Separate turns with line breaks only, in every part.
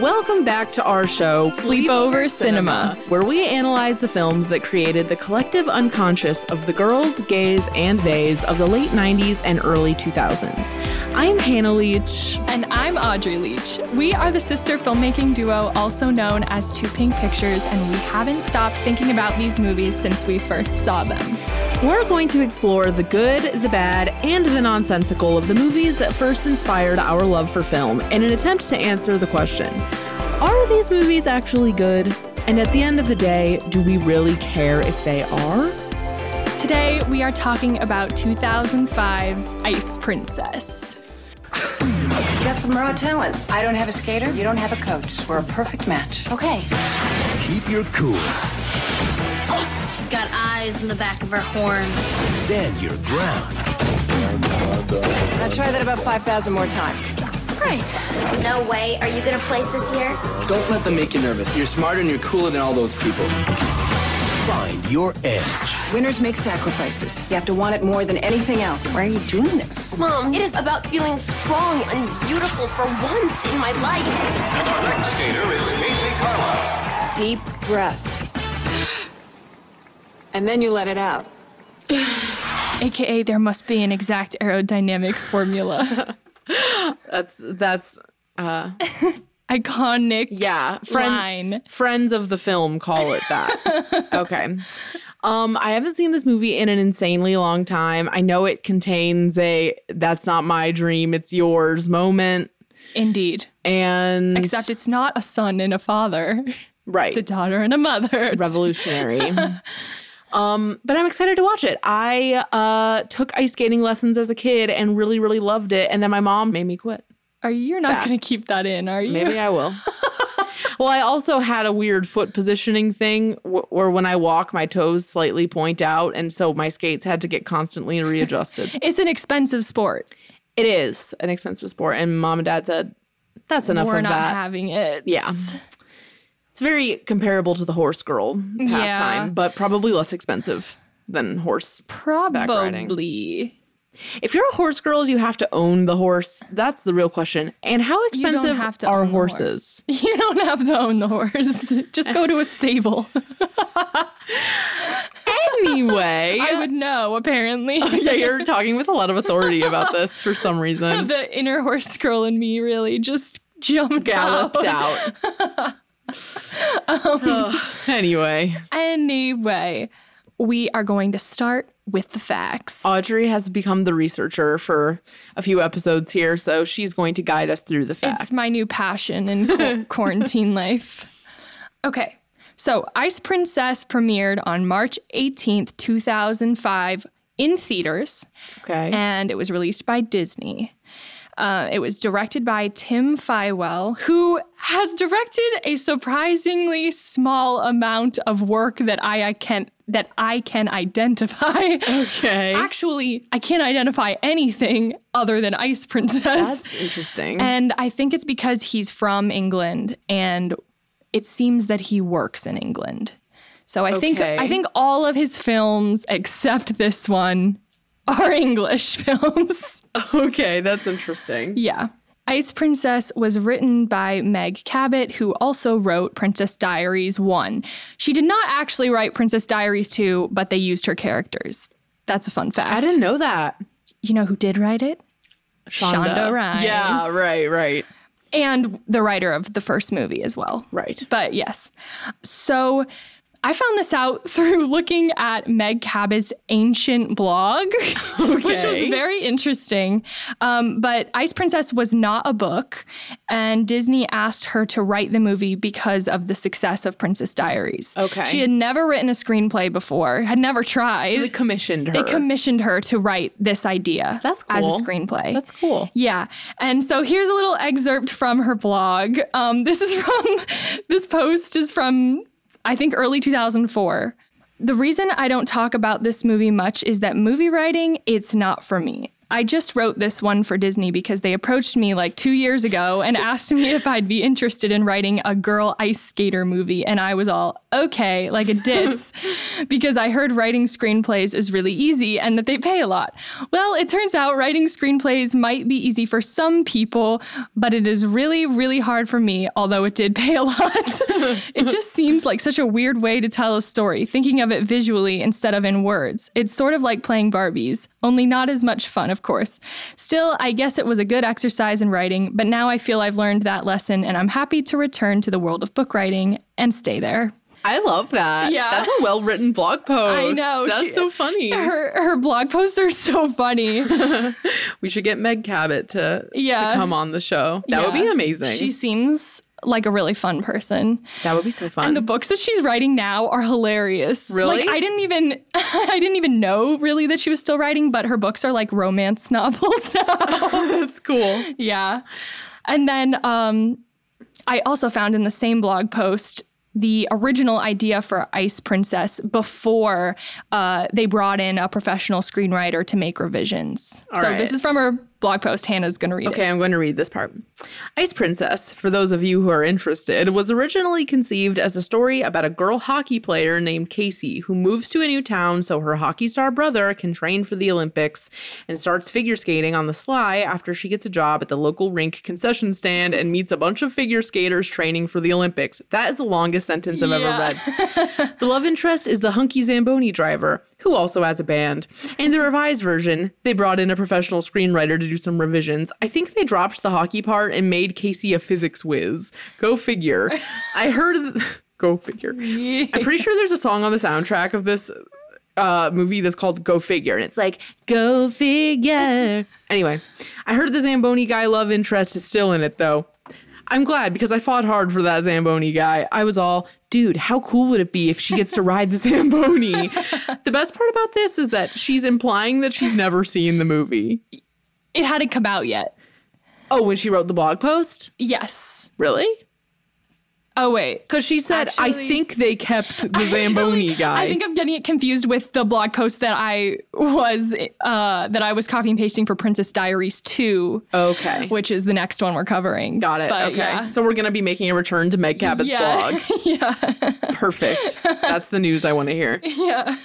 Welcome back to our show, Sleepover Cinema, where we analyze the films that created the collective unconscious of the girls, gays, and theys of the late 90s and early 2000s. I'm Hannah Leach.
And I'm Audrey Leach. We are the sister filmmaking duo, also known as Two Pink Pictures, and we haven't stopped thinking about these movies since we first saw them.
We're going to explore the good, the bad, and the nonsensical of the movies that first inspired our love for film in an attempt to answer the question Are these movies actually good? And at the end of the day, do we really care if they are?
Today, we are talking about 2005's Ice Princess.
You got some raw talent. I don't have a skater. You don't have a coach. We're a perfect match. Okay.
Keep your cool.
She's got eyes in the back of her horns.
Stand your ground.
Now try that about 5,000 more times.
No way. Are you gonna place this year?
Don't let them make you nervous. You're smarter and you're cooler than all those people.
Find your edge.
Winners make sacrifices. You have to want it more than anything else. Why are you doing this?
Mom, it is about feeling strong and beautiful for once in my life.
Deep breath. And then you let it out.
AKA, there must be an exact aerodynamic formula.
That's, that's,
Iconic.
yeah. Friend,
Line.
Friends of the film call it that. okay. Um, I haven't seen this movie in an insanely long time. I know it contains a that's not my dream, it's yours moment.
Indeed.
And
Except it's not a son and a father,
right.
it's a daughter and a mother. It's-
revolutionary. um, but I'm excited to watch it. I uh, took ice skating lessons as a kid and really, really loved it. And then my mom made me quit.
Are you- you're not going to
Facts.
keep that in, are you?
Maybe I will. well, I also had a weird foot positioning thing wh- where when I walk, my toes slightly point out. And so my skates had to get constantly readjusted.
It's an expensive sport.
it is an expensive sport. And mom and dad said, that's enough
We're
of
not
that.
having it.
yeah. It's very comparable to the horse girl pastime,
Yeah.
but probably less expensive than horse riding.
Probably.
If you're a horse girl, you have to own the horse. That's the real question. And how
You don't
expensive
have to
are
own the horse.
horses?
You don't have to own the horse. Just go to a stable.
Anyway,
I would know, apparently.
Oh, yeah, you're talking with a lot of authority about this for some reason.
the inner horse girl in me really just jumped
Galloped
out.
out.
Um,
anyway,
Anyway, we are going to start with the facts.
Audrey has become the researcher for a few episodes here, so she's going to guide us through the facts.
It's my new passion in qu- quarantine life. Okay. So, Ice Princess premiered on March 18th, 2005 in theaters.
okay.
and it was released by Disney. Uh, it was directed by Tim Fywell, who has directed a surprisingly small amount of work that I, I can that I can identify.
okay.
Actually, I can't identify anything other than Ice Princess.
That's interesting.
and I think it's because he's from England and it seems that he works in England. So I think
Okay.
I think all of his films except this one are English films.
okay, that's interesting.
Yeah. Ice Princess was written by Meg Cabot, who also wrote Princess Diaries 1. She did not actually write Princess Diaries 2, but they used her characters. That's a fun fact.
I didn't know that.
You know who did write it?
Shonda.
Shonda Rhimes.
Yeah, right, right,
And the writer of the first movie as well.
right.
But yes. So I found this out through looking at Meg Cabot's ancient blog, which was
Okay.
very interesting. Um, but Ice Princess was not a book, and Disney asked her to write the movie because of the success of Princess Diaries.
Okay.
She had never written a screenplay before, had never tried.
They commissioned her.
They commissioned her to write this idea
That's
as
cool.
a screenplay.
That's cool.
Yeah. And so here's a little excerpt from her blog. Um, this is from, this post is from, I think, early 2004. The reason I don't talk about this movie much is that movie writing, it's not for me. I just wrote this one for Disney because they approached me like two years ago and asked me if I'd be interested in writing a girl ice skater movie. And I was all, okay, like it ditz, because I heard writing screenplays is really easy and that they pay a lot. Well, it turns out writing screenplays might be easy for some people, but it is really, really hard for me, although it did pay a lot. it just seems like such a weird way to tell a story, thinking of it visually instead of in words. It's sort of like playing Barbies, only not as much fun, of course. Still, I guess it was a good exercise in writing, but now I feel I've learned that lesson and I'm happy to return to the world of book writing and stay there.
I love that.
Yeah.
That's a well written blog post.
I know,
That's
she-
so funny.
Her her blog posts are so funny.
We should get Meg Cabot to,
Yeah.
to come on the show. That would
Yeah.
be amazing.
She seems like a really fun person.
that would be so fun.
And the books that she's writing now are hilarious.
Really?
Like I didn't even I didn't even know really that she was still writing, but her books are like romance novels now.
That's cool.
yeah. And then um I also found in the same blog post the original idea for Ice Princess before uh, they brought in a professional screenwriter to make revisions. so
right.
this is from her blog post. Hannah's going to read it.
Okay, I'm going to read this part. Ice Princess, for those of you who are interested, was originally conceived as a story about a girl hockey player named Casey who moves to a new town so her hockey star brother can train for the Olympics and starts figure skating on the sly after she gets a job at the local rink concession stand and meets a bunch of figure skaters training for the Olympics. That is the longest sentence I've ever
Yeah.
read. The love interest is the hunky Zamboni driver, who also has a band. In the revised version, they brought in a professional screenwriter to do some revisions. I think they dropped the hockey part and made Casey a physics whiz. Go figure. I heard. th- Go figure. I'm pretty sure there's a song on the soundtrack of this uh, movie that's called Go Figure, and it's like Go Figure. anyway, I heard the Zamboni guy love interest is still in it though. I'm glad because I fought hard for that Zamboni guy. I was all, dude, how cool would it be if she gets to ride the Zamboni? the best part about this is that she's implying that she's never seen the movie.
It hadn't come out yet.
Oh, when she wrote the blog post?
Yes.
Really?
Oh, wait.
Because she said, I
Actually-
think they kept the
Actually,
Zamboni guy.
I think I'm getting it confused with the blog post that I was uh, that I was copying and pasting for Princess Diaries 2.
Okay.
Which is the next one we're covering.
Got it.
But
okay.
Yeah.
So we're going to be making a return to Meg Cabot's
Yeah.
blog. Perfect. That's the news I want to hear.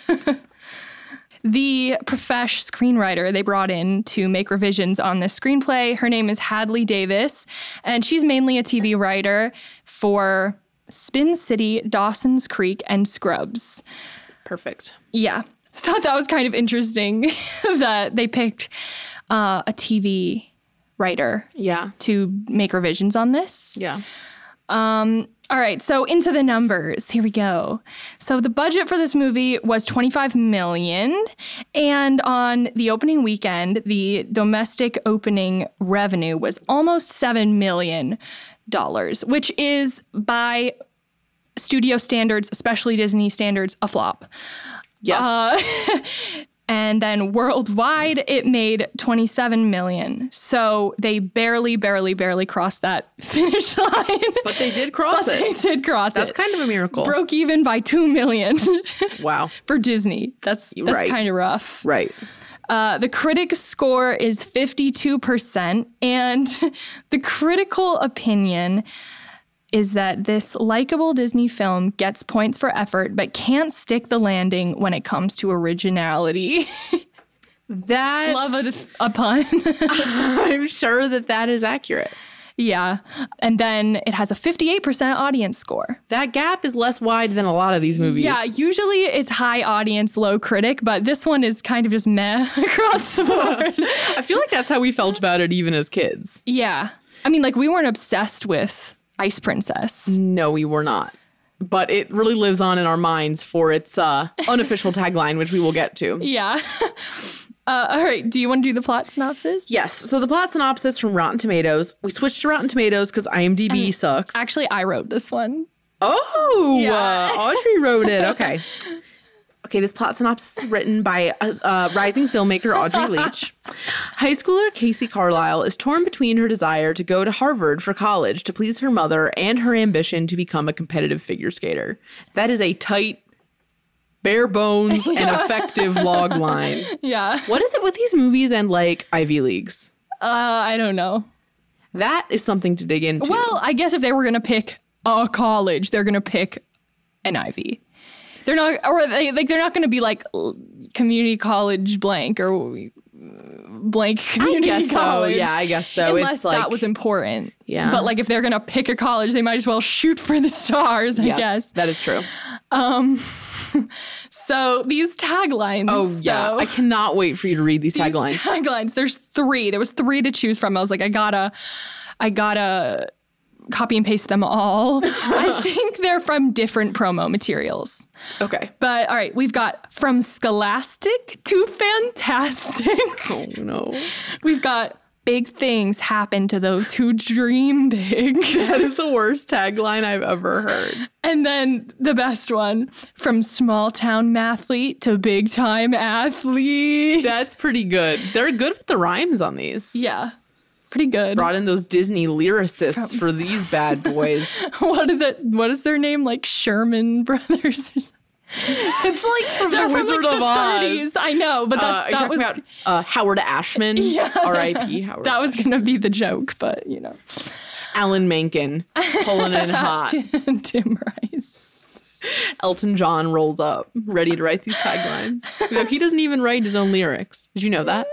The profesh screenwriter they brought in to make revisions on this screenplay. Her name is Hadley Davis, and she's mainly a TV writer for Spin City, Dawson's Creek, and Scrubs.
Perfect.
Yeah. Thought that was kind of interesting that they picked uh, a TV writer
Yeah.
to make revisions on this.
Yeah.
All right, so into the numbers. Here we go. So the budget for this movie was 25 million and on the opening weekend, the domestic opening revenue was almost 7 million dollars, which is by studio standards, especially Disney standards, a flop.
Yes.
Uh, and then worldwide it made 27 million so they barely barely barely crossed that finish line
but they did cross
But they
it.
did cross
That's
it
kind of a miracle.
broke even by 2 million
Wow.
for disney that's, that's
Right.
kind of rough
Right.
uh, the critic score is 52% and the critical opinion is that this likable Disney film gets points for effort but can't stick the landing when it comes to originality.
That
Love a, a pun.
I'm sure that that is accurate.
yeah. And then it has a 58% audience score.
That gap is less wide than a lot of these movies.
Yeah, usually it's high audience, low critic, but this one is kind of just meh across the board.
I feel like that's how we felt about it even as kids. Mm.
yeah. I mean, like, we weren't obsessed with Ice Princess.
No, we were not. but it really lives on in our minds for its uh, unofficial tagline, which we will get to.
Yeah. Uh, all right. Do you want to do the plot synopsis?
Yes. So the plot synopsis from Rotten Tomatoes. We switched to Rotten Tomatoes because IMDb
Uh,
sucks.
Actually, I wrote this one.
oh,
Yeah.
uh, Audrey wrote it. Okay. Okay, this plot synopsis is written by uh, uh, rising filmmaker Audrey Leach. High schooler Casey Carlisle is torn between her desire to go to Harvard for college to please her mother and her ambition to become a competitive figure skater. That is a tight, bare bones, and effective log line.
Yeah.
What is it with these movies and like Ivy Leagues?
Uh, I don't know.
That is something to dig into.
Well, I guess if they were going to pick a college, they're going to pick an Ivy. They're not, or they like they're not going to be like l- community college blank or uh, blank
I
community
guess so.
college.
Yeah, I guess so.
Unless
it's like
that was important.
Yeah.
But like if they're going to pick a college, they might as well shoot for the stars, I
yes,
guess.
that is true.
So these taglines.
Oh yeah,
though-
I cannot wait for you to read these
these
taglines.
taglines. There's three. There was three to choose from. I was like, I gotta, I gotta copy and paste them all. I think they're from different promo materials.
Okay.
But all right, we've got from scholastic to fantastic.
Oh no,
We've got big things happen to those who dream big.
that is the worst tagline I've ever heard.
And then the best one from small town mathlete to big time athlete.
That's pretty good. They're good with the rhymes on these.
yeah, pretty good.
Brought in those Disney lyricists for these bad boys.
what are the what is their name like Sherman Brothers? Or something?
it's like from
They're from like the 30s. I know, but
Uh,
that's,
are you
that
talking
was
about uh, Howard Ashman? R.I.P. Howard.
that was gonna be the joke, but you know,
Alan Menken pulling in hot.
Tim, Tim Rice.
Elton John rolls up, ready to write these taglines. Though he doesn't even write his own lyrics. Did you know that?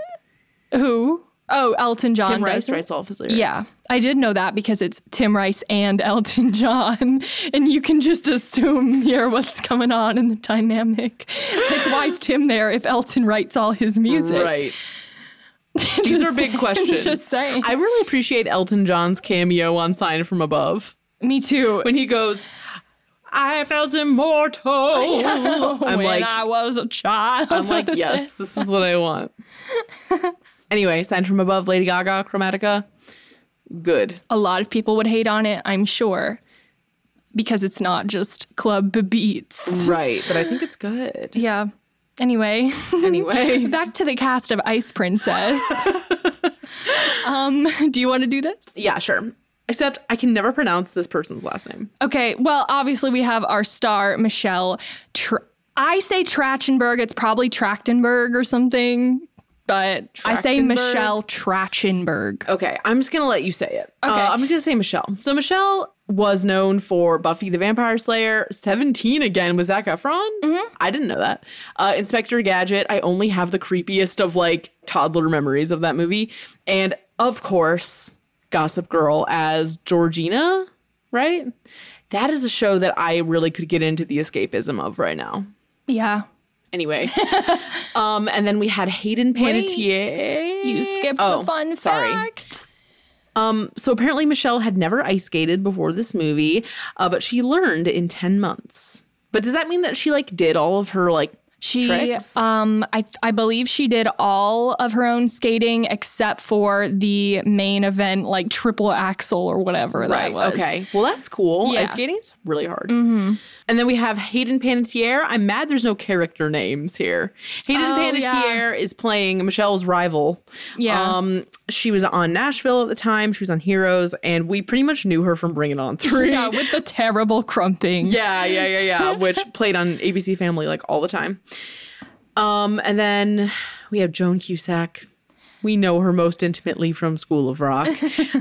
Who? Oh, Elton John.
Tim Rice
doesn't?
writes all of his lyrics.
Yeah, I did know that because it's Tim Rice and Elton John, and you can just assume here what's going on in the dynamic. Like, why is Tim there if Elton writes all his music?
Right. These
Just
are big
saying-
questions.
Just saying.
I really appreciate Elton John's cameo on Sign from Above
Me too.
when he goes, I felt immortal. I'm
when
like,
I was a child.
I'm like, yes, this is what I want. anyway, Sign from Above, Lady Gaga, Chromatica. Good.
A lot of people would hate on it, I'm sure, because it's not just club beats.
Right. But I think it's good.
Yeah. Anyway,
Anyway.
back to the cast of Ice Princess. um, do you want to do this?
Yeah, sure. Except I can never pronounce this person's last name.
Okay. Well, obviously we have our star Michelle. Tr- I say Trachtenberg. It's probably Trachtenberg or something, but I say
Trachtenberg?
Michelle Trachtenberg.
Okay, I'm just gonna let you say it. Uh,
Okay.
I'm just gonna say Michelle. So Michelle was known for Buffy the Vampire Slayer, 17 again with Zac Efron. I didn't know that. Uh, Inspector Gadget. I only have the creepiest of like toddler memories of that movie, and of course, Gossip Girl as Georgina. Right. That is a show that I really could get into the escapism of right now.
Yeah.
Anyway, um, and then we had Hayden Panettiere.
You skipped the fun
Eh, oh, sorry.
fact.
Um, So apparently, Michelle had never ice skated before this movie, uh, but she learned in 10 months. But does that mean that she like did all of her like
She,
tricks?
um, I, I believe she did all of her own skating except for the main event, like triple axel or whatever that was.
Okay. Well, that's cool.
Yeah. Mm-hmm.
Ice skating is really hard. And then we have Hayden Panettiere. I'm mad there's no character names here. Hayden
Oh,
Panettiere
yeah.
is playing Michelle's rival.
Yeah.
Um, she was on Nashville at the time. She was on Heroes, and we pretty much knew her from Bring It On Three.
Yeah, with the terrible crumping.
Yeah, yeah, yeah, yeah. Which played on ABC Family like all the time. Um, and then we have Joan Cusack. We know her most intimately from School of Rock,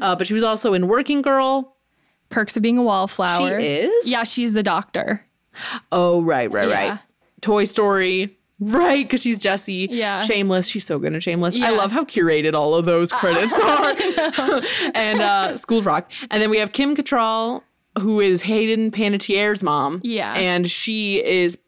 uh, but she was also in Working Girl.
Perks of being a wallflower.
She is?
Yeah, she's the doctor.
Oh, right, right,
Yeah.
right. Toy Story. Right, because she's Jessie.
Yeah.
Shameless. She's so good in Shameless.
Yeah. Uh,
I love how curated all of those credits are. and uh, School of Rock. And then we have Kim Cattrall, who is Hayden Panettiere's mom.
Yeah.
And she is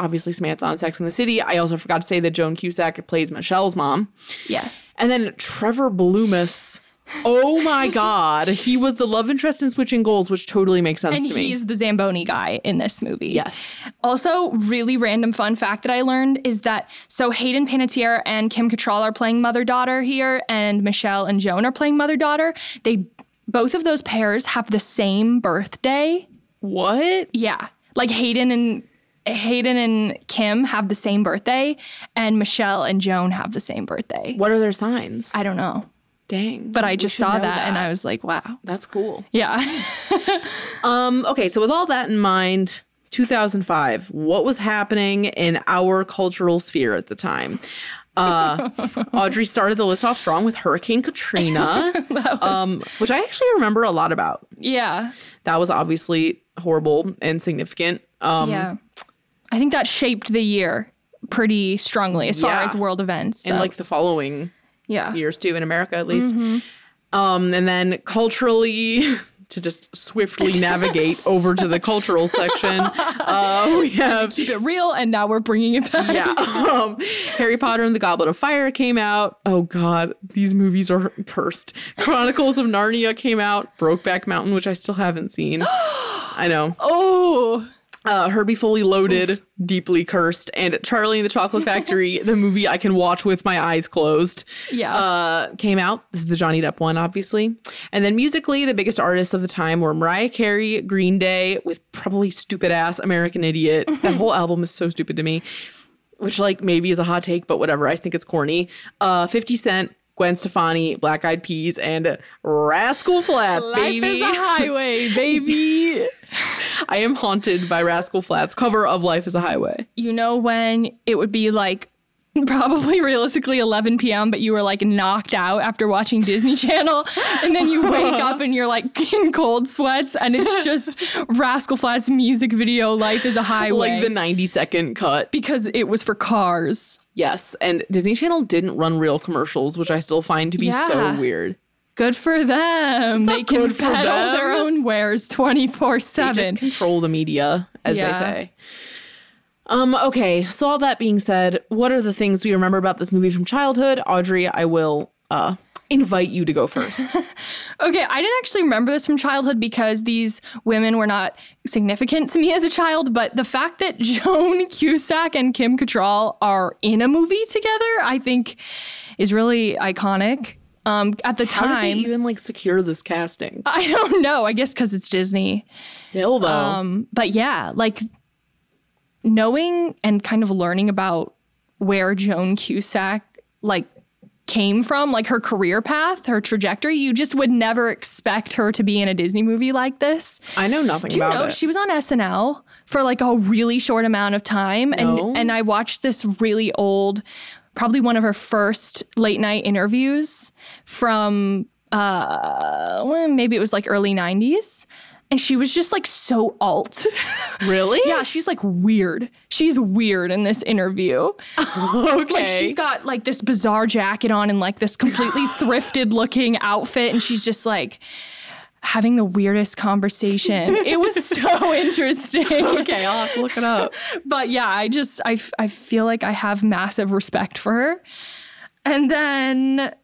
obviously Samantha on Sex in the City. I also forgot to say that Joan Cusack plays Michelle's mom.
Yeah.
And then Trevor Bloomis, Oh my God. He was the love interest in Switching Goals, which totally makes sense
And
to me.
he's the Zamboni guy in this movie.
yes.
Also, really random fun fact that I learned is that so Hayden Panettiere and Kim Cattrall are playing mother daughter here, and Michelle and Joan are playing mother daughter. They both of those pairs have the same birthday.
What?
Yeah, like Hayden and Hayden and Kim have the same birthday, and Michelle and Joan have the same birthday.
What are their signs?
I don't know,
Dang.
but I just saw that, and I was like, wow.
That's cool.
Yeah.
Um, okay, so with all that in mind, 2005, what was happening in our cultural sphere at the time? Uh, Audrey started the list off strong with Hurricane Katrina, um, which I actually remember a lot about.
yeah.
That was obviously horrible and significant. Um,
yeah. Mm-hmm. I think that shaped the year pretty strongly as far
Yeah.
as world events.
And
so,
like the following
yeah.
years too, in America at least.
Mm-hmm.
Um, and then culturally, to just swiftly navigate over to the cultural section, uh, we have
keep it real and now we're bringing it back.
yeah. Um, Harry Potter and the Goblet of Fire came out. Oh God, these movies are cursed. Chronicles of Narnia came out. Brokeback Mountain, which I still haven't seen. I know.
Oh,
Uh, Herbie Fully Loaded, deeply cursed, and Charlie and the Chocolate Factory, the movie I can watch with my eyes closed.
Yeah.
uh, came out. This is the Johnny Depp one, obviously. And then musically, the biggest artists of the time were Mariah Carey, Green Day, with probably stupid ass American Idiot. That whole album is so stupid to me which like maybe is a hot take, but whatever. I think it's corny. Uh, Fifty Cent, Gwen Stefani, Black Eyed Peas, and Rascal Flats, baby.
highway, baby.
I am haunted by Rascal Flats cover of Life Is a Highway.
you know when it would be like probably realistically 11 p.m. but you were like knocked out after watching Disney Channel and then you wake up and you're like in cold sweats and it's just Rascal Flatts music video Life is a Highway
Like the ninety second cut.
because it was for cars.
Yes, and Disney Channel didn't run real commercials, which I still find to be
Yeah.
so weird.
Good for them. They can
good for
peddle
them.
their own wares 24
They
7.
just control the media, as
Yeah.
they say. Um, okay, so all that being said, what are the things we remember about this movie from childhood? Audrey, I will uh invite you to go first.
Okay, I didn't actually remember this from childhood because these women were not significant to me as a child, but the fact that Joan Cusack and Kim Cattrall are in a movie together, I think is really iconic. Um, at the
How did
time, Uh,
they even like secure this casting?
I don't know, I guess because it's Disney.
Still though.
Um, but yeah, like knowing and kind of learning about where Joan Cusack like came from, like her career path, her trajectory, you just would never expect her to be in a Disney movie like this.
I know nothing
Do you
about
know
it.
she was on SNL for like a really short amount of time
No.
and and I watched this really old probably one of her first late night interviews from uh well, maybe it was like early 90s and she was just like so alt.
really?
yeah, she's like weird. She's weird in this interview.
okay.
Like she's got like this bizarre jacket on and like this completely thrifted looking outfit, and she's just like having the weirdest conversation. it was so interesting.
okay, I'll have to look it up.
But yeah, I just I, f- I feel like I have massive respect for her. And then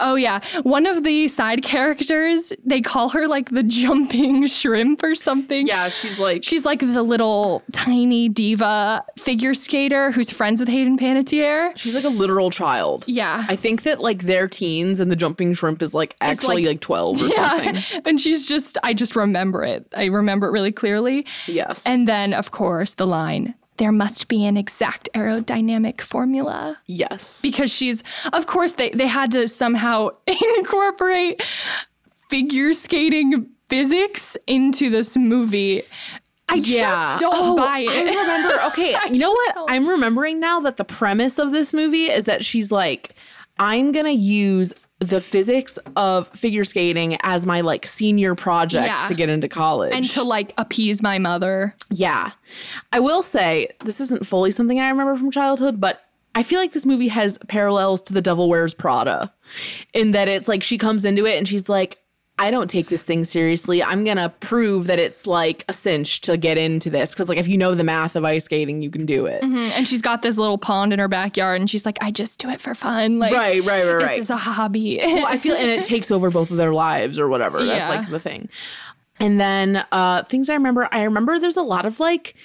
oh yeah, one of the side characters, they call her like the jumping shrimp or something.
Yeah, she's like
She's like the little tiny diva figure skater who's friends with Hayden Panettiere.
she's like a literal child.
Yeah.
I think that like they're teens and the jumping shrimp is like actually
like-
like, 12 or something.
and she's just, I just remember it. I remember it really clearly.
Yes.
And then, of course, the line there must be an exact aerodynamic formula.
yes.
Because she's, of course, they, they had to somehow incorporate figure skating physics into this movie. I just don't
Oh,
buy it.
I remember. Okay, you know
just
what?
don't-
I'm remembering now that the premise of this movie is that she's like, I'm gonna use the physics of figure skating as my like senior project
Yeah.
to get into college.
and to like appease my mother.
yeah, I will say this isn't fully something I remember from childhood, but. I feel like this movie has parallels to The Devil Wears Prada in that it's like she comes into it and she's like, I don't take this thing seriously. I'm going to prove that it's like a cinch to get into this. Cause, like, if you know the math of ice skating, you can do it.
And she's got this little pond in her backyard, and she's like, I just do it for fun. Like,
Right, right, right,
This
right.
is a hobby.
well, I feel, and it takes over both of their lives or whatever. That's
Yeah.
like the thing. And then uh things I remember, I remember there's a lot of like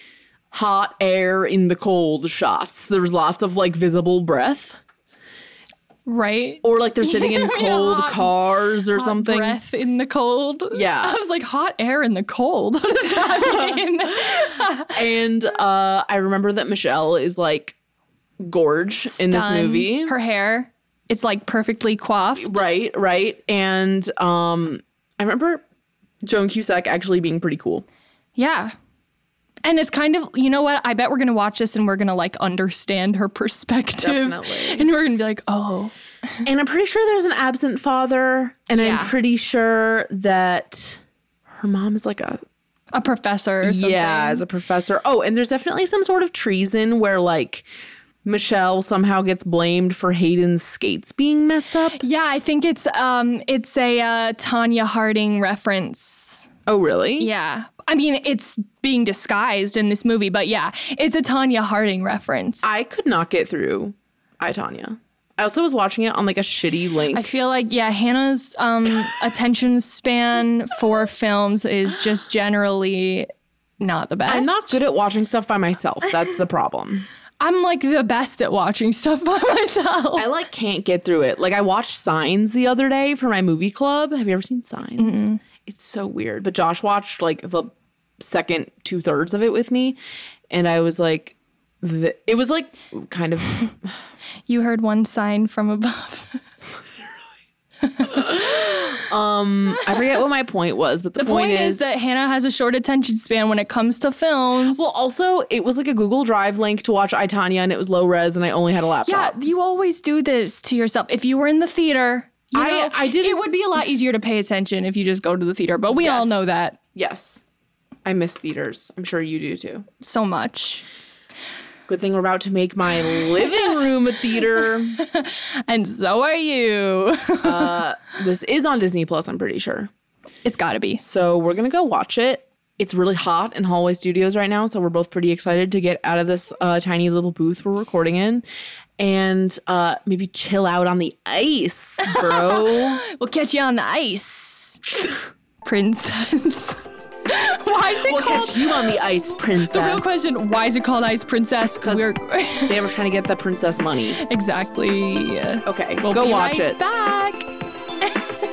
hot air in the cold shots. There's lots of like visible breath,
right?
or like they're sitting in
Yeah,
cold
hot-
cars or
Hot
something.
Breath in the cold.
Yeah.
I was like, hot air in the cold. What does that mean?
And uh I remember that Michelle is like gorge in this
Done.
movie.
Her hair, it's like perfectly coiffed.
right, right. And um I remember Joan Cusack actually being pretty cool.
Yeah. And it's kind of, you know what? I bet we're going to watch this and we're going to like understand her perspective.
Definitely.
And we're going to be like, oh,
And I'm pretty sure there's an absent father. And I'm
Yeah.
pretty sure that her mom is like a
a professor or something.
yeah, as a professor. Oh, and there's definitely some sort of treason where like Michelle somehow gets blamed for Hayden's skates being messed up.
Yeah, I think it's um it's a uh, Tanya Harding reference.
Oh, really?
Yeah. I mean, it's being disguised in this movie, but yeah, it's a Tanya Harding reference. I,
I could not get through I Tanya. I also was watching it on like a shitty link.
feel like yeah, Hannah's um attention span for films is just generally not the best.
I'm not good at watching stuff by myself. That's the problem.
I'm like the best at watching stuff by myself.
I like can't get through it. Like I watched Signs the other day for my movie club. Have you ever seen Signs? It's so weird. But Josh watched like the second two thirds of it with me, and I was like, th- it was like kind of
you heard one sign from above.
mm, I forget what my point was, but the,
the point is that Hannah has a short attention span when it comes to films.
well, also it was like a Google Drive link to watch I Tanya, and it was low res, and I only had a
Yeah,
laptop.
you always do this to yourself. If you were in the theater, you
I-
know,
I didn't-
It would be a lot easier to pay attention if you just go to the theater, but we all
Yes.
know that
Yes, I miss theaters. I'm sure you do too.
so much.
Good thing we're about to make my living room a theater.
And so are you.
This is on Disney Plus, I'm pretty sure.
it's got to be.
So we're gonna go watch it. It's really hot in Hallway Studios right now, so we're both pretty excited to get out of this uh, tiny little booth we're recording in, and uh, maybe chill out on the ice, bro.
We'll catch you on the ice. Princess. why is it
we'll
called
catch you on the ice, princess.
The real question, why is it called Ice Princess?
'Cause-
We're
They were trying to get the princess money.
exactly.
Okay,
We'll
go
be
watch
right
it.
Back.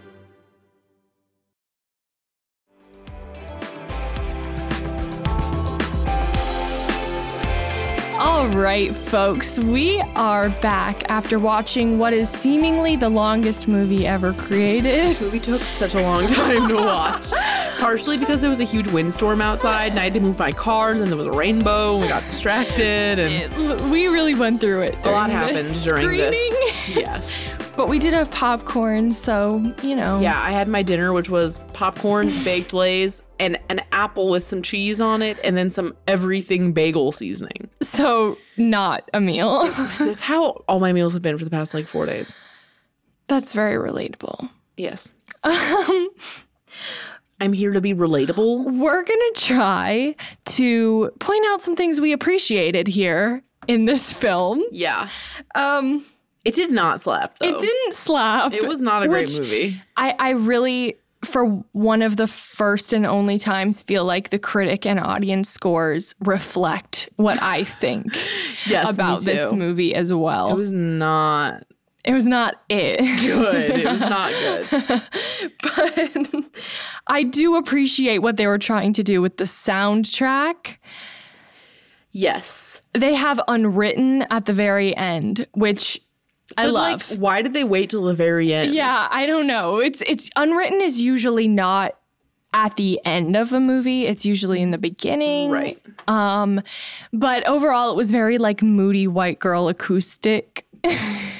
All right, folks, we are back after watching what is seemingly the longest movie ever created.
Movie took such a long time to watch, partially because there was a huge windstorm outside, and I had to move my car. And then there was a rainbow, and we got distracted, and
We really went through it.
a lot
during
happened
this
during
screening.
this. Yes.
But we did have popcorn, so, you know.
Yeah, I had my dinner, which was popcorn, baked lays, and an apple with some cheese on it, and then some everything bagel seasoning.
So, not a meal.
That's how all my meals have been for the past like four days.
That's very relatable.
Yes.
Um,
I'm here to be relatable.
We're going to try to point out some things we appreciated here in this film.
Yeah.
Um,
It did not slap, though.
It didn't slap.
It was not a great
which
movie.
I, I really for one of the first and only times, feel like the critic and audience scores reflect what I think
Yes, me
about this
too.
movie as well.
It was not
it was not it.
good. It was not good.
but I do appreciate what they were trying to do with the soundtrack.
Yes.
They have unwritten at the very end, which I
But,
love.
Like, why did they wait till the very end?
yeah, I don't know. It's it's unwritten is usually not at the end of a movie. It's usually in the beginning.
Right.
Um but overall it was very like moody white girl acoustic.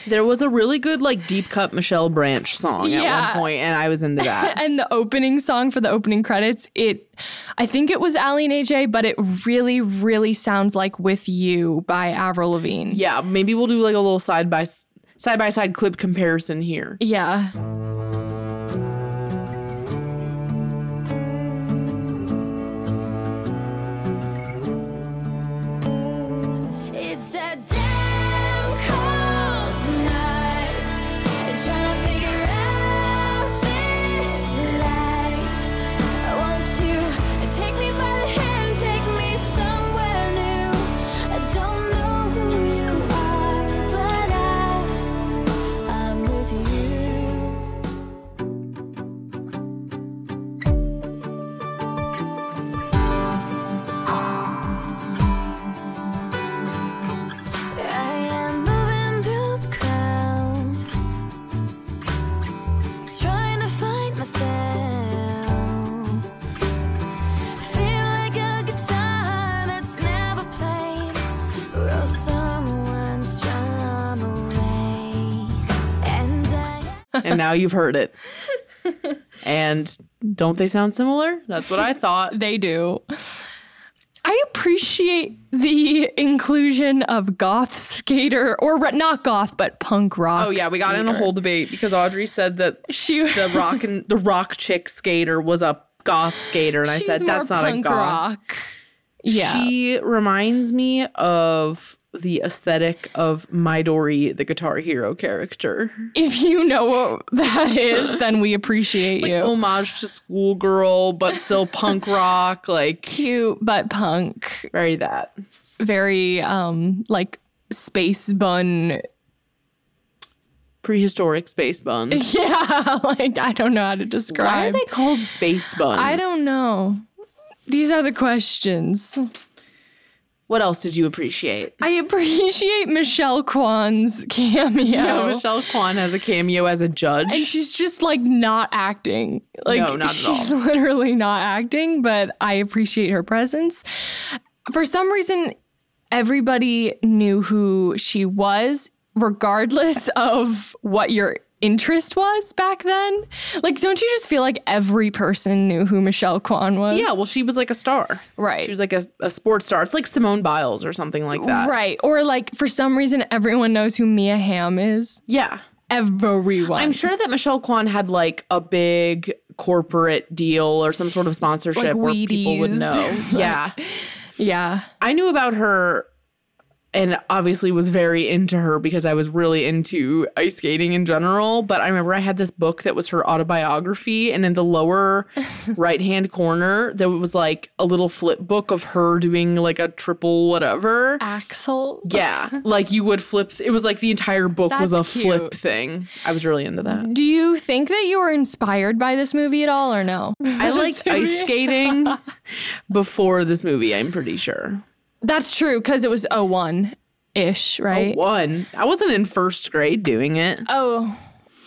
There was a really good like deep cut Michelle Branch song at
Yeah.
one point, and I was into that.
and the opening song for the opening credits, it I think it was Ali and AJ, but it really, really sounds like With You by Avril Lavigne.
yeah, maybe we'll do like a little side by side by side clip comparison here.
Yeah.
It's that damn cold night. You're trying to figure out this life. Won't you take me by the hand, take me somewhere new? I don't know who you are, but I, I'm with you. I am moving through the crowd, trying to find myself. Feel like a guitar that's never played, or someone's drum away. And I.
and now you've heard it. And don't they sound similar? That's what I thought.
They do. I appreciate the inclusion of goth skater or re- not goth but punk rock.
Oh yeah, we got in a
skater.
whole debate because Audrey said that
she
the rock and the rock chick skater was a goth skater, and I
she's
said that's
more
not a
punk
goth.
rock. Yeah.
She reminds me of the aesthetic of Midori, the Guitar Hero character.
if you know what that is, then we appreciate you.
Homage to schoolgirl, but still punk rock, like
Cute but punk.
very that.
Very um like space bun.
Prehistoric space buns.
Yeah, like I don't know how to
Why are
describe.
they called space buns?
I don't know. These are the questions.
What else did you appreciate?
I appreciate Michelle Kwan's cameo.
Yeah, Michelle Kwan has a cameo as a judge.
And she's just like not acting. Like
No, not at all.
she's literally not acting, but I appreciate her presence. For some reason, everybody knew who she was, regardless of what your interest was back then. Like, don't you just feel like every person knew who Michelle Kwan was?
yeah, well, she was like a star.
Right.
She was like a, a sports star. It's like Simone Biles or something like that.
Right. Or like for some reason everyone knows who Mia Hamm is.
Yeah.
Everyone.
I'm sure that Michelle Kwan had like a big corporate deal or some sort of sponsorship
Like
where people would
Wheaties.
know. yeah.
Yeah.
I knew about her and obviously was very into her because I was really into ice skating in general. But I remember I had this book that was her autobiography, and in the lower right hand corner, there was like a little flip book of her doing like a triple whatever.
Axel.
Yeah, like you would flip. It was like the entire book was a
That's
flip
cute.
thing. I was really into that.
Do you think that you were inspired by this movie at all or no?
I liked ice skating before this movie, I'm pretty sure.
That's true because it was 01 ish, right?
One, I wasn't in first grade doing it.
Oh.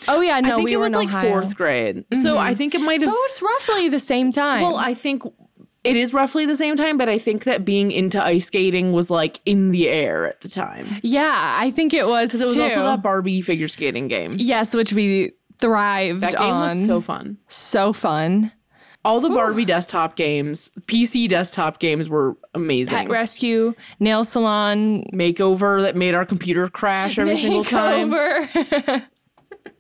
Oh yeah, no,
I think
we
it
were
was
in
like
Ohio. Mm-hmm.
fourth grade. So I think it might have.
So it's roughly the same time.
well, I think it is roughly the same time, but I think that being into ice skating was like in the air at the time.
yeah, I think it was.
Because it was
too.
also that Barbie figure skating game.
yes, which we thrived
That game
on.
was so fun.
So fun.
All the Barbie desktop games, PC desktop games were
Pet
amazing.
rescue, nail salon,
Makeover that made our computer crash every single time.
makeover.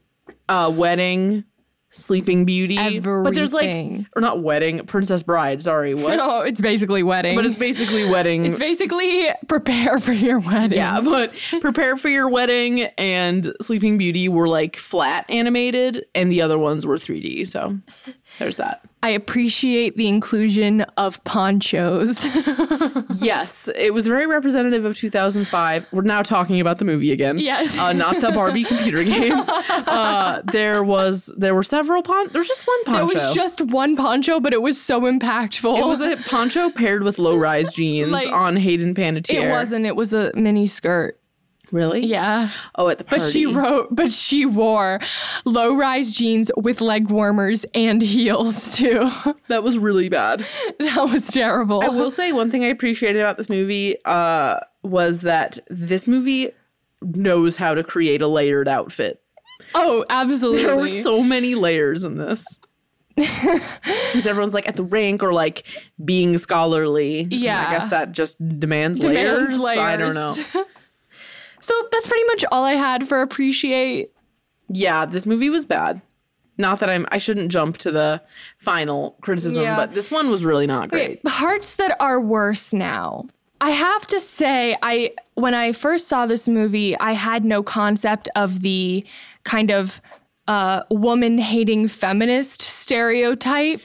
uh, wedding, Sleeping Beauty. But there's like,
Everything.
or not wedding, Princess Bride. Sorry, what?
no, it's basically wedding.
But it's basically wedding.
It's basically prepare for your wedding.
yeah, but Prepare for Your Wedding and Sleeping Beauty were like flat animated, and the other ones were 3D. So There's that.
I appreciate the inclusion of ponchos.
Yes, it was very representative of 2005. We're now talking about the movie again.
Yes.
uh, not the Barbie computer games. Uh, there was there were several pon. There was just one
It
poncho.
was just one poncho, but it was so impactful.
It was a poncho paired with low rise jeans
Like-
on Hayden Panettiere.
It wasn't. It was a mini skirt.
really.
Yeah.
Oh, at the
But
party.
she wrote, but she wore low rise jeans with leg warmers and heels too.
that was really bad.
that was terrible.
I will say one thing I appreciated about this movie uh, was that this movie knows how to create a layered outfit.
oh, absolutely.
There were so many layers in this. Because everyone's like at the rank or like being scholarly. And
Yeah.
I guess that just demands,
Demands
layers. I don't know.
layers. so that's pretty much all I had for appreciate.
Yeah, this movie was bad. Not that I'm I shouldn't jump to the final criticism,
Yeah.
but this one was really not great.
Okay, hearts that are worse now. I have to say, I when I first saw this movie, I had no concept of the kind of uh, woman-hating feminist stereotype,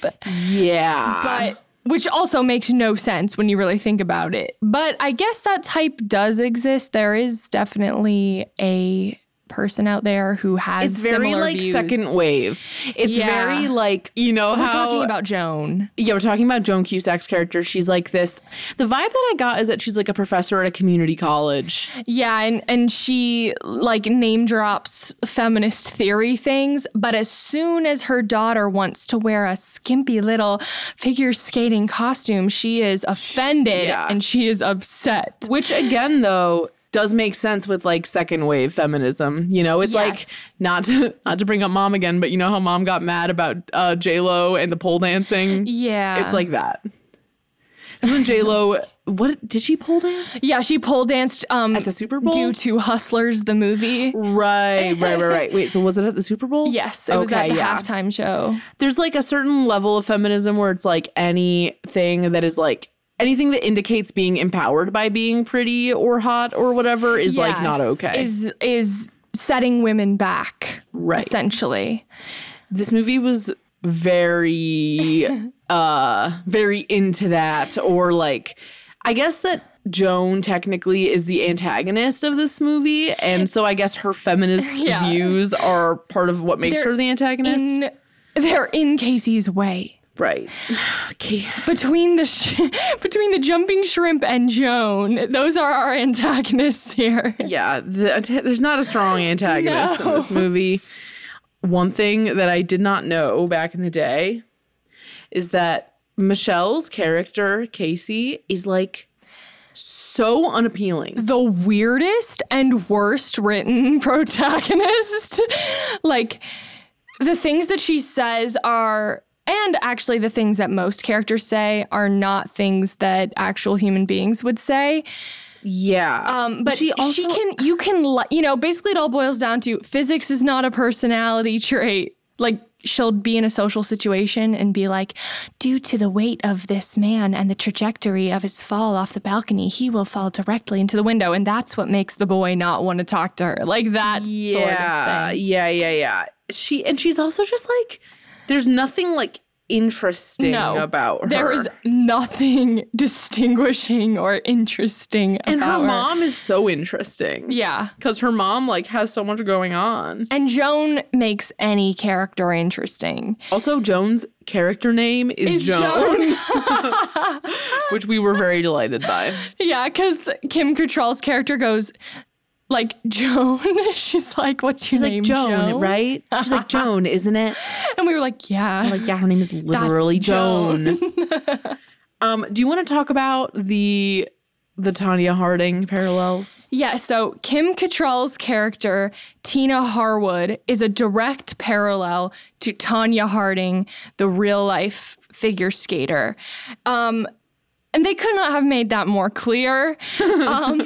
Yeah.
but which also makes no sense when you really think about it. But I guess that type does exist. There is definitely a person out there who has
it's very
similar
like
views.
second wave. It's
Yeah.
very like you know
We're
how
talking about Joan.
yeah we're talking about Joan Cusack's character. She's like this. The vibe that I got is that she's like a professor at a community college.
Yeah, and, and she like name drops feminist theory things, but as soon as her daughter wants to wear a skimpy little figure skating costume, she is offended
Yeah.
and she is upset.
Which again though does make sense with like second wave feminism. You know, it's like
Yes.
not to not to bring up mom again, but you know how mom got mad about uh J Lo and the pole dancing?
Yeah.
It's like that. It's when J Lo what did she pole dance?
Yeah, she pole danced um
At the Super Bowl?
due to Hustlers the movie.
Right, right, right, right. Wait, so was it at the Super Bowl?
Yes, it was at the halftime show.
There's like a certain level of feminism where it's like anything that is like anything that indicates being empowered by being pretty or hot or whatever is like not
Yes,
okay.
Is is setting women back
Right.
essentially.
this movie was very uh very into that or like i guess that joan technically is the antagonist of this movie and so i guess her feminist
Yeah.
views are part of what makes
They're
her the antagonist
In they're in Casey's way.
right okay
between the sh- between the jumping shrimp and Joan, those are our antagonists here.
yeah the, anta- there's not a strong antagonist in this movie one thing that i did not know back in the day is that michelle's character casey is like so unappealing
The weirdest and worst written protagonist. like the things that she says are and actually the things that most characters say are not things that actual human beings would say.
Yeah.
Um, but she, can, you can, li- you know, basically it all boils down to physics is not a personality trait. Like she'll be in a social situation and be like, due to the weight of this man and the trajectory of his fall off the balcony, he will fall directly into the window. And that's what makes the boy not want to talk to her. Like that
yeah,
sort of thing.
yeah, yeah, yeah. She and she's also just like there's nothing like interesting
No,
about her.
There is nothing distinguishing or interesting
and her
about
mom is so interesting.
Yeah.
Cuz her mom like has so much going on.
And Joan makes any character interesting.
Also Joan's character name is, Joan, which we were very delighted by.
Yeah, because Kim Cattrall's character goes like Joan. She's like, "What's your name,
right? She's like Joan, isn't it?
And we were like, "Yeah."
Like yeah, her name is literally Joan. um, do you want to talk about the the Tanya Harding parallels?
yeah. So Kim Cattrall's character Tina Harwood is a direct parallel to Tanya Harding, the real life figure skater. Um, and they could not have made that more clear. Um,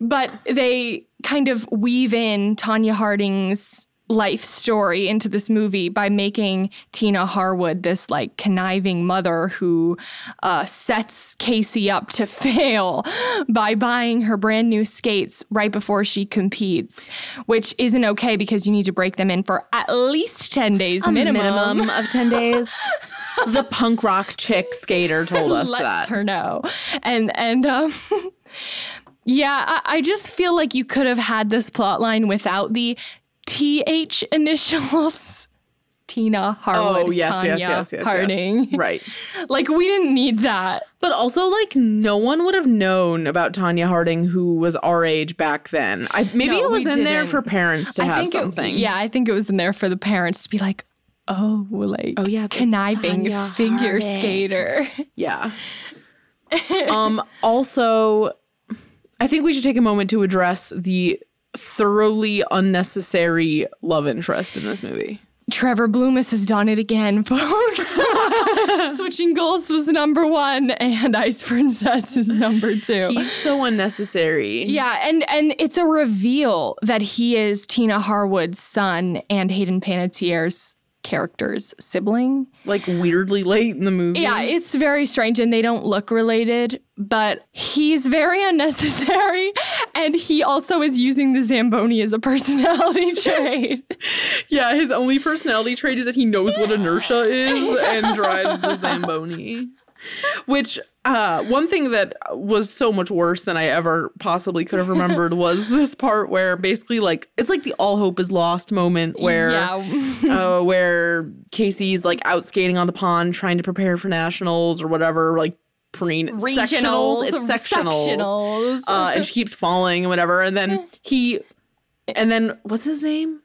but they kind of weave in Tanya Harding's life story into this movie by making Tina Harwood this like conniving mother who uh, sets Casey up to fail by buying her brand new skates right before she competes, which isn't okay because you need to break them in for at least 10 days
A
minimum.
minimum of 10 days. the punk rock chick skater told us
lets
that.
her know. And and um yeah, I, I just feel like you could have had this plot line without the TH initials. Tina Harwood.
oh, yes,
Tanya
yes, yes, yes,
Harding.
yes. Right.
Like we didn't need that.
But also, like, no one would have known about Tanya Harding, who was our age back then. I, maybe
No,
it was in
we
there
didn't.
for parents to
I
have
think it-
something.
yeah, I think it was in there for the parents to be like, oh, like
Oh, yeah, the
conniving
Tanya
figure
Harding.
skater.
Yeah. um, also, I think we should take a moment to address the thoroughly unnecessary love interest in this movie.
Trevor Bloomis has done it again, folks. Switching Goals was number one, and Ice Princess is number two.
He's so unnecessary.
yeah, and and it's a reveal that he is Tina Harwood's son and Hayden Panettiere's character's sibling.
Like weirdly late in the movie.
Yeah, it's very strange, and they don't look related, but he's very unnecessary, and he also is using the Zamboni as a personality trait.
Yeah, his only personality trait is that he knows what inertia is and drives the Zamboni. Which, uh, one thing that was so much worse than I ever possibly could have remembered was this part where basically, like, it's like the all hope is lost moment where, uh, where Casey's like out skating on the pond trying to prepare for nationals or whatever, like pre sectionals. It's sectionals.
sectionals.
Uh, and she keeps falling and whatever. And then he, and then what's his name?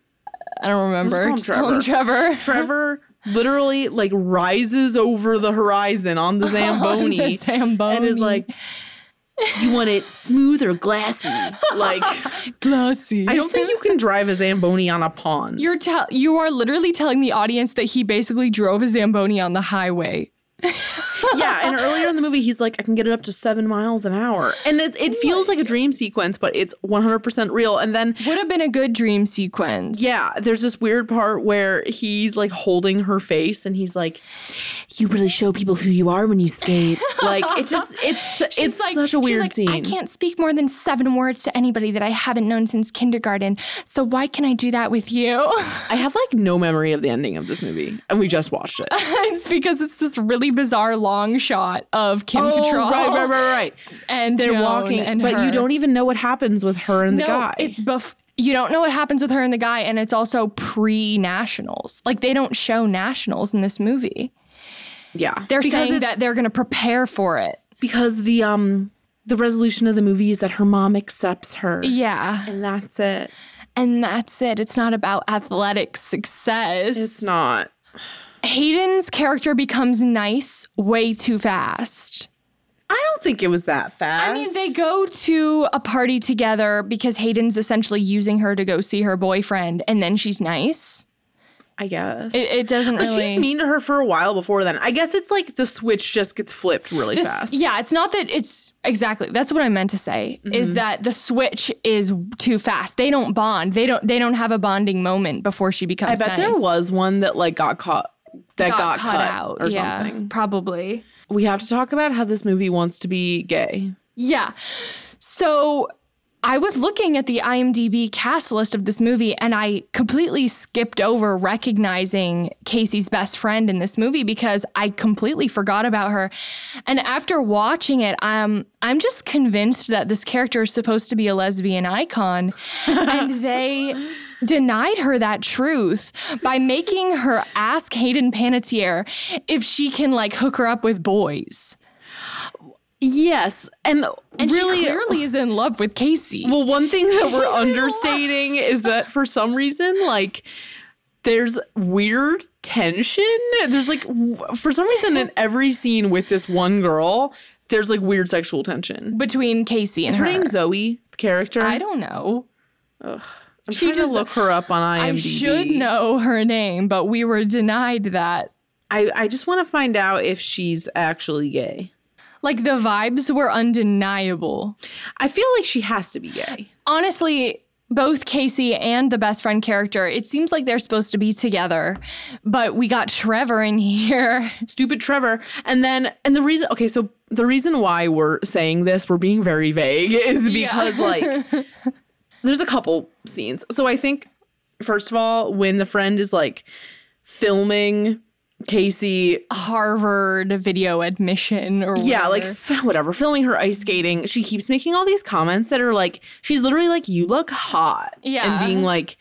I don't remember.
Let's call him
Just call him Trevor.
Trevor literally like rises over the horizon on the Zamboni,
the Zamboni.
and is like, "You want it smooth or glassy?" Like,
Glassy.
I don't think you can drive a Zamboni on a pond.
You're tell you are literally telling the audience that he basically drove a Zamboni on the highway.
yeah, and earlier in the movie, he's like, "I can get it up to seven miles an hour," and it,
Oh
it feels like a dream sequence, but it's one hundred percent real. And then
Would have been a good dream sequence.
Yeah, there's this weird part where he's like holding her face and he's like, You really show people who you are when you skate. like it just it's it's
She's
such a weird
she's like,
scene.
I can't speak more than seven words to anybody that I haven't known since kindergarten. So why can I do that with you?
I have like no memory of the ending of this movie. And we just watched it.
it's because it's this really bizarre long shot of Kim Cattrall.
Oh, right, right, right, right.
And
They're
Oh, Joan
walking
and
but you
her.
don't even know what happens with her and
no,
the guy.
It's bef- you don't know what happens with her and the guy, and it's also pre nationals. Like they don't show nationals in this movie.
yeah.
They're
because
saying
it's-
that they're going to prepare for it.
because the um the resolution of the movie is that her mom accepts her.
Yeah,
And that's it.
and that's it. It's not about athletic success.
It's not.
Hayden's character becomes nice way too fast.
I don't think it was that fast.
I mean, they go to a party together because Hayden's essentially using her to go see her boyfriend, and then she's nice.
I guess.
It, it doesn't
But
really.
she's mean to her for a while before then. I guess it's like the switch just gets flipped really
This-
fast.
Yeah, it's not that it's exactly. That's what I meant to say is that the switch is too fast. They don't bond. They don't. They don't have a bonding moment before she becomes.
I bet there
nice.
was one that like got caught that got, cut, out or
yeah,
something.
Probably.
We have to talk about how this movie wants to be gay.
Yeah. So I was looking at the IMDb cast list of this movie and I completely skipped over recognizing Casey's best friend in this movie because I completely forgot about her. And after watching it, um, I'm just convinced that this character is supposed to be a lesbian icon and they denied her that truth by making her ask Hayden Panettiere if she can like hook her up with boys.
Yes, and,
And
really
she clearly is in love with Casey.
well one thing that we're understating is that for some reason like there's weird tension. There's like w- for some reason in every scene with this one girl, there's like weird sexual tension.
between Casey and
Her
her.
name's Zoe, the character.
I don't know.
I'm
She
trying
just-
to look her up on IMDb.
I should know her name, but we were denied that.
I, I just want to find out if she's actually gay.
Like the vibes were undeniable.
I feel like she has to be gay.
Honestly, both Casey and the best friend character, it seems like they're supposed to be together, but we got Trevor in here.
Stupid Trevor. And then, and the reason, okay, so the reason why we're saying this, we're being very vague, is because like there's a couple scenes. So I think, first of all, when the friend is like filming Casey
Harvard video admission or
Yeah, like
whatever.
f- whatever, filming her ice skating. She keeps making all these comments that are like, she's literally like, "You look hot,"
Yeah.
and being like,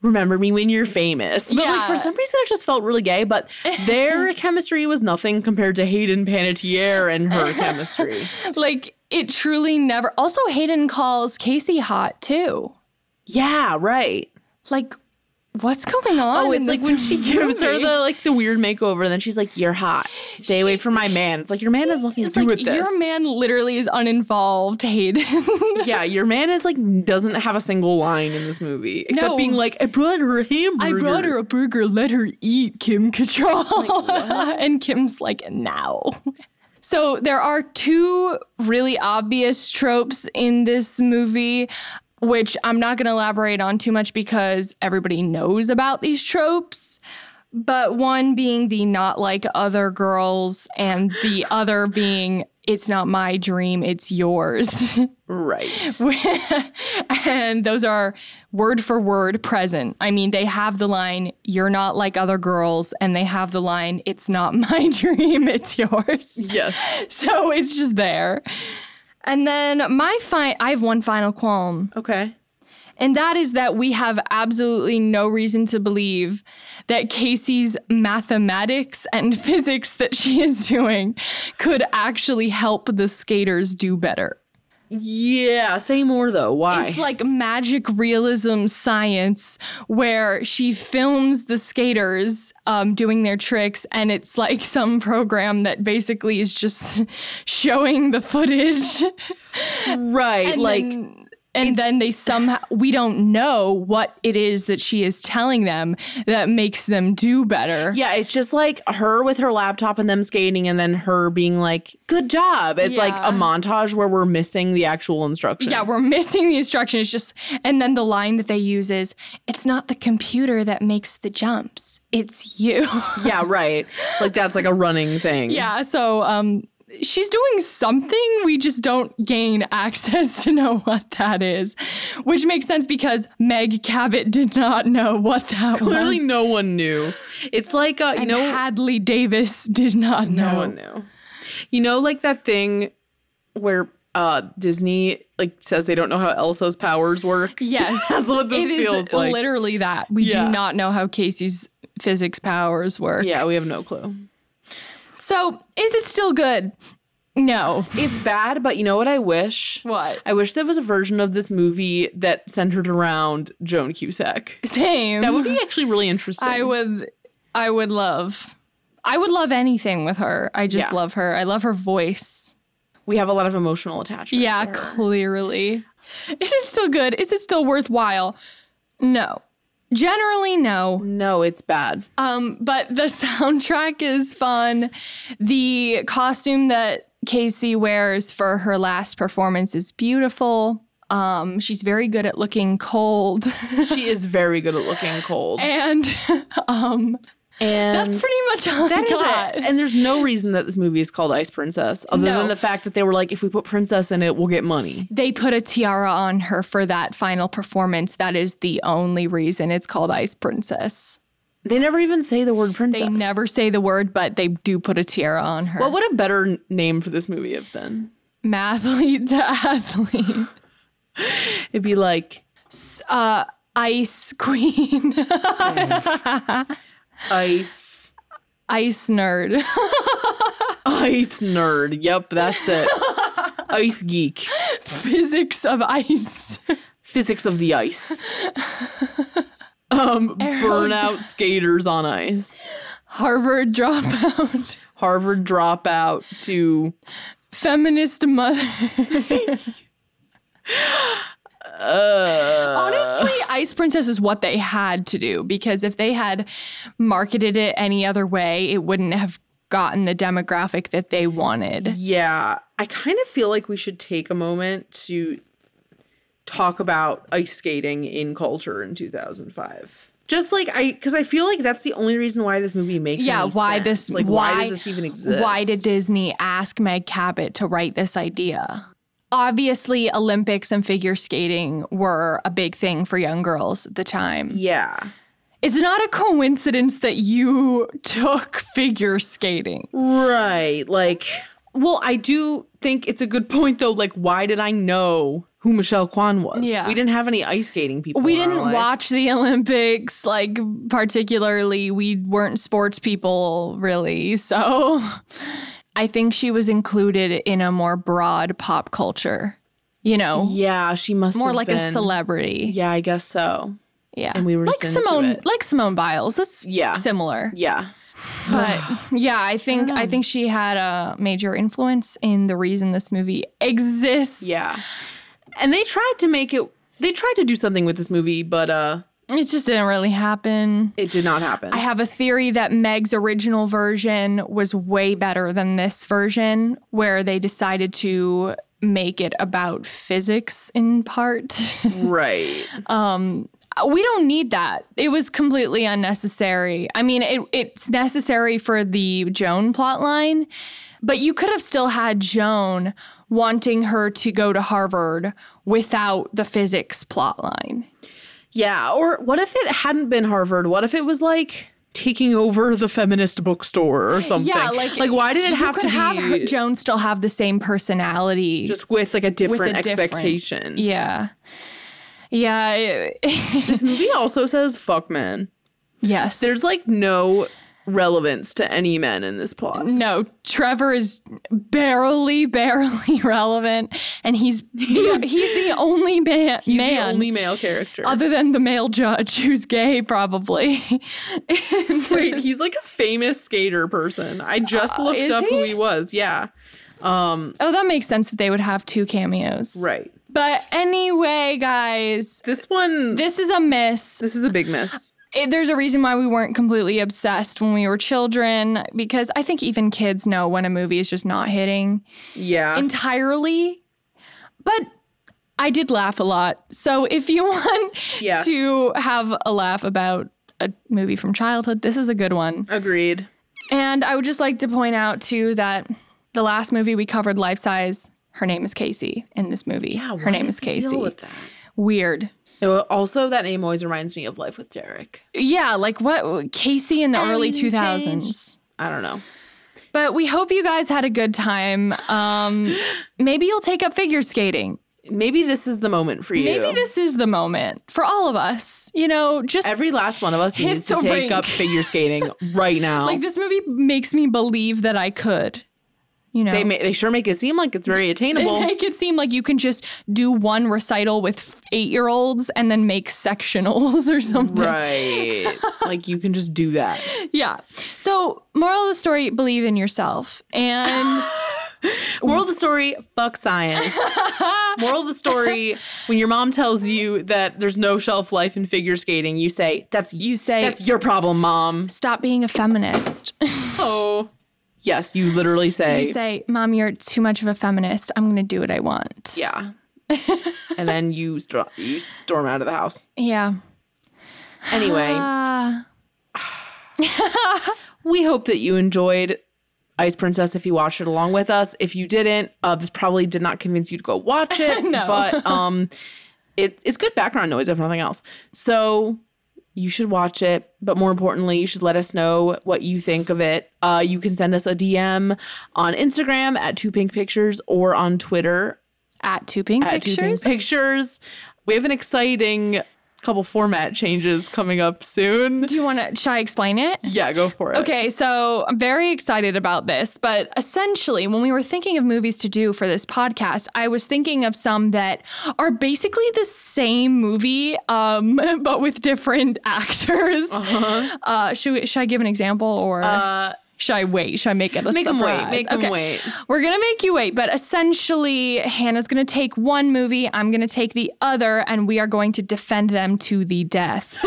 "Remember me when you're famous." But like for
Yeah.
some reason, it just felt really gay. But their chemistry was nothing compared to Hayden Panettiere and her chemistry.
like it truly never. Also, Hayden calls Casey hot too.
Yeah, right.
Like, what's going on?
Oh,
in
it's like
this
when she gives her
movie?
the like the weird makeover, and then she's like, "You're hot. Stay away from my man." It's like your man has nothing to
It's
do
like
with this.
your man literally is uninvolved, Hayden.
yeah, your man is like doesn't have a single line in this movie except
No.
being like, "I brought her a hamburger."
a burger. Let her eat, Kim Cattrall. and Kim's like, now. So there are two really obvious tropes in this movie, which I'm not going to elaborate on too much because everybody knows about these tropes. But one being the not like other girls, and the other being it's not my dream, it's yours.
Right.
and those are word for word present. I mean, they have the line, you're not like other girls, and they have the line, it's not my dream, it's yours.
Yes.
So it's just there. And then my fine, I have one final qualm,
Okay.
and that is that we have absolutely no reason to believe that Casey's mathematics and physics that she is doing could actually help the skaters do better.
Yeah. Say more though. Why?
It's like magic realism science where she films the skaters um, doing their tricks, and it's like some program that basically is just showing the footage.
right.
And
like
then- and then they somehow, we don't know what it is that she is telling them that makes them do better.
yeah, it's just like her with her laptop and them skating, and then her being like, "Good job." It's like
Yeah.
a montage where we're missing the actual instruction.
Yeah, we're missing the instruction. It's just, and then the line that they use is, it's not the computer that makes the jumps, it's you.
yeah. Right. Like that's like a running thing.
Yeah, so um she's doing something we just don't gain access to know what that is, which makes sense because Meg Cabot did not know what that
Clearly,
was.
no one knew. It's like uh, you
And
know,
Hadley Davis did not know.
no one knew. You know, like that thing where uh Disney like says they don't know how Elsa's powers work.
Yes.
That's what this
it is
feels like.
literally that. We
Yeah.
do not know how Casey's physics powers work.
yeah, we have no clue.
So is it still good? No.
It's bad, but you know what I wish?
What?
I wish there was a version of this movie that centered around Joan Cusack.
Same.
That would be actually really interesting.
I would I would love I would love anything with her. I just
Yeah.
love her. I love her voice.
We have a lot of emotional attachment. to
Yeah,
her.
clearly. Is it still good? Is it still worthwhile? No. Generally no.
No, it's bad.
Um but the soundtrack is fun. The costume that Casey wears for her last performance is beautiful. Um she's very good at looking cold
she is very good at looking cold.
and um
And
that's pretty much all
That
I
is
got.
it. And there's no reason that this movie is called Ice Princess, other
No.
than the fact that they were like, if we put princess in it, we'll get money.
they put a tiara on her for that final performance. That is the only reason it's called Ice Princess.
They never even say the word princess.
They never say the word, but they do put a tiara on her.
What would a better n- name for this movie have been?
Mathlete to athlete.
It'd be like
Ice queen.
ice,
Ice nerd.
ice nerd. Yep, that's it. ice geek.
Physics of ice.
Physics of the ice. Um, burnout skaters on ice.
Harvard dropout.
Harvard dropout to
Feminist mother. Honestly, Ice Princess is what they had to do because if they had marketed it any other way, it wouldn't have gotten the demographic that they wanted.
Yeah, I kind of feel like we should take a moment to talk about ice skating in culture in 2005. Just like I, because I feel like that's the only reason why this movie makes
yeah,
any
why
sense.
this?
like why, does this even exist?
Why did Disney ask Meg Cabot to write this idea? Obviously, Olympics and figure skating were a big thing for young girls at the time.
Yeah,
It's not a coincidence that you took figure skating.
right. Like, well, I do think it's a good point though. Like, why did I know who Michelle Kwan was?
Yeah.
we didn't have any ice skating people.
We
in our
didn't
life.
watch the Olympics, like, particularly. We weren't sports people, really. So I think she was included in a more broad pop culture, you know,
Yeah, she must
more
have
like a
been-
celebrity.
Yeah, I guess so.
Yeah.
and we were
like
just into
Simone,
it.
like Simone Biles. That's
Yeah.
similar.
Yeah,
But yeah, I think I, think she had a major influence in the reason this movie exists.
yeah. And they tried to make it. They tried to do something with this movie, but uh,
It just didn't really happen.
it did not happen.
I have a theory that Meg's original version was way better than this version, where they decided to make it about physics in part.
right.
we don't need that. It was completely unnecessary. I mean, it, it's necessary for the Joan plotline, but you could have still had Joan wanting her to go to Harvard without the physics plotline.
Yeah, or what if it hadn't been Harvard? What if it was like taking over the feminist bookstore or something?
Yeah, like
like why did it
you
have
could
to
have her-
be
Joan still have the same personality?
just with like a
with a
different
different-
expectation?
Yeah. Yeah. it-
This movie also says fuck men.
yes.
There's like no relevance to any men in this plot.
No, Trevor is barely, barely relevant, and he's the, he's the only man,
He's
man
the only male character.
other than the male judge who's gay, probably.
Wait, he's like a famous skater person. I just
Uh, is
looked up who
he?
he was. Yeah.
oh, that makes sense that they would have two cameos.
Right.
But anyway, guys,
This one
this is a miss.
this is a big miss.
It- there's a reason why we weren't completely obsessed when we were children, because I think even kids know when a movie is just not hitting.
Yeah.
entirely, but I did laugh a lot. So if you want
Yes.
to have a laugh about a movie from childhood, this is a good one.
Agreed.
And I would just like to point out too that the last movie we covered, Life Size, her name is Casey in this movie. Yeah, her name is Casey. Weird.
It wa- also, that name always reminds me of Life with Derek.
Yeah, like what Casey in the early
Everything
2000s.
I don't know.
But we hope you guys had a good time. Um, maybe you'll take up figure skating.
Maybe this is the moment for you.
Maybe this is the moment for all of us. You know, just
Every last one of us
Hit
needs to
the
take
rink.
up figure skating right now.
like this movie makes me believe that I could. You know,
they ma- they sure make it seem like it's very attainable.
make it seem like you can just do one recital with eight year olds and then make sectionals or something.
right. like you can just do that.
Yeah. So, moral of the story: believe in yourself and.
Moral of the story, fuck science. Moral of the story, when your mom tells you that there's no shelf life in figure skating, you say, That's
You say-
that's your problem, mom.
Stop being a feminist.
So yes, you literally say,
You say, Mom, you're too much of a feminist. I'm going to do what I want.
Yeah. and then you, st- you storm out of the house.
Yeah.
Anyway,
Uh,
we hope that you enjoyed Ice Princess if you watched it along with us. If you didn't, uh, this probably did not convince you to go watch it.
No.
But um, it, it's good background noise, if nothing else. So you should watch it. But more importantly, you should let us know what you think of it. Uh, you can send us a DM on Instagram at Two Pink Pictures or on Twitter
at Two Pink
at Two Pink
Pictures.
Pictures. We have an exciting couple format changes coming up soon.
do you want to? Should I explain it?
Yeah, go for it.
Okay, so I'm very excited about this, but essentially, when we were thinking of movies to do for this podcast, I was thinking of some that are basically the same movie, um, but with different actors. Uh-huh. should, we, should I give an example or should I wait? Should I make it a
Uh, Make 'em wait,
surprise?
make 'em wait.
We're gonna make you wait, but essentially, Hannah's gonna take one movie, I'm gonna take the other, and we are going to defend them to the death.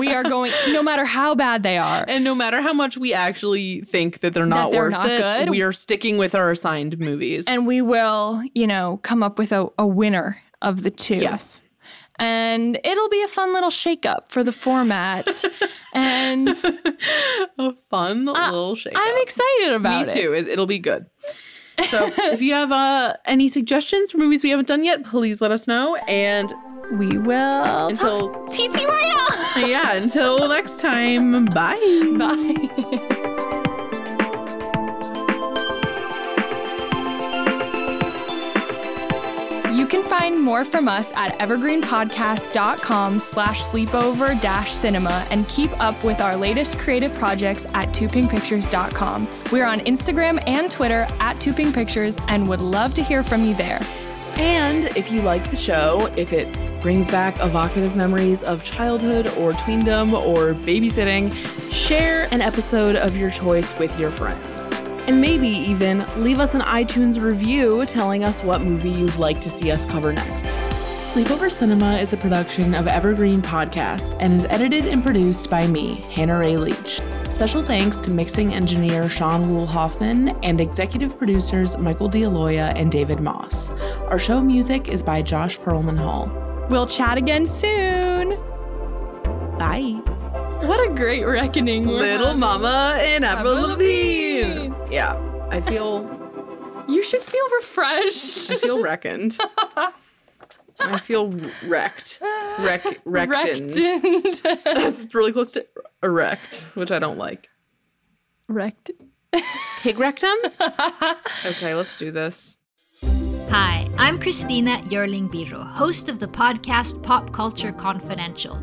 we are going, no matter how bad they are.
And no matter how much we actually think that they're not
they're
worth
not
it,
good.
we are sticking with our assigned movies.
and we will, you know, come up with a, a winner of the two.
Yes.
And it'll be a fun little shakeup for the format. and
A fun little shake.
I'm excited
Me
about it.
too. Uh, It, will be good. So if you have uh, any suggestions for movies we haven't done yet, please let us know. And
We will.
until
TTYL!
yeah, until next time, bye.
Bye. You can find more from us at evergreenpodcast.com slash sleepover dash cinema and keep up with our latest creative projects at tupingpictures.com. We're on Instagram and Twitter at Tuping Pictures and would love to hear from you there.
And if you like the show, if it brings back evocative memories of childhood or tweendom or babysitting, share an episode of your choice with your friends. And maybe even leave us an iTunes review telling us what movie you'd like to see us cover next. Sleepover Cinema is a production of Evergreen Podcasts and is edited and produced by me, Hannah Ray Leach. Special thanks to mixing engineer Sean Rule Hoffman and executive producers Michael D'Aloia and David Moss. Our show music is by Josh Perlman Hall.
We'll chat again soon.
Bye.
What a great reckoning. we're
Little
having.
Mama and Avril
Avril
Lavigne.
Lavigne.
Yeah, I feel
You should feel refreshed.
I feel reckoned. I feel wrecked. Wreck reckoned.
Rectined.
It's really close to erect, which I don't like.
Rectined.
Pig rectum? okay, let's do this.
Hi, I'm Christina Yerling Biro, host of the podcast Pop Culture Confidential.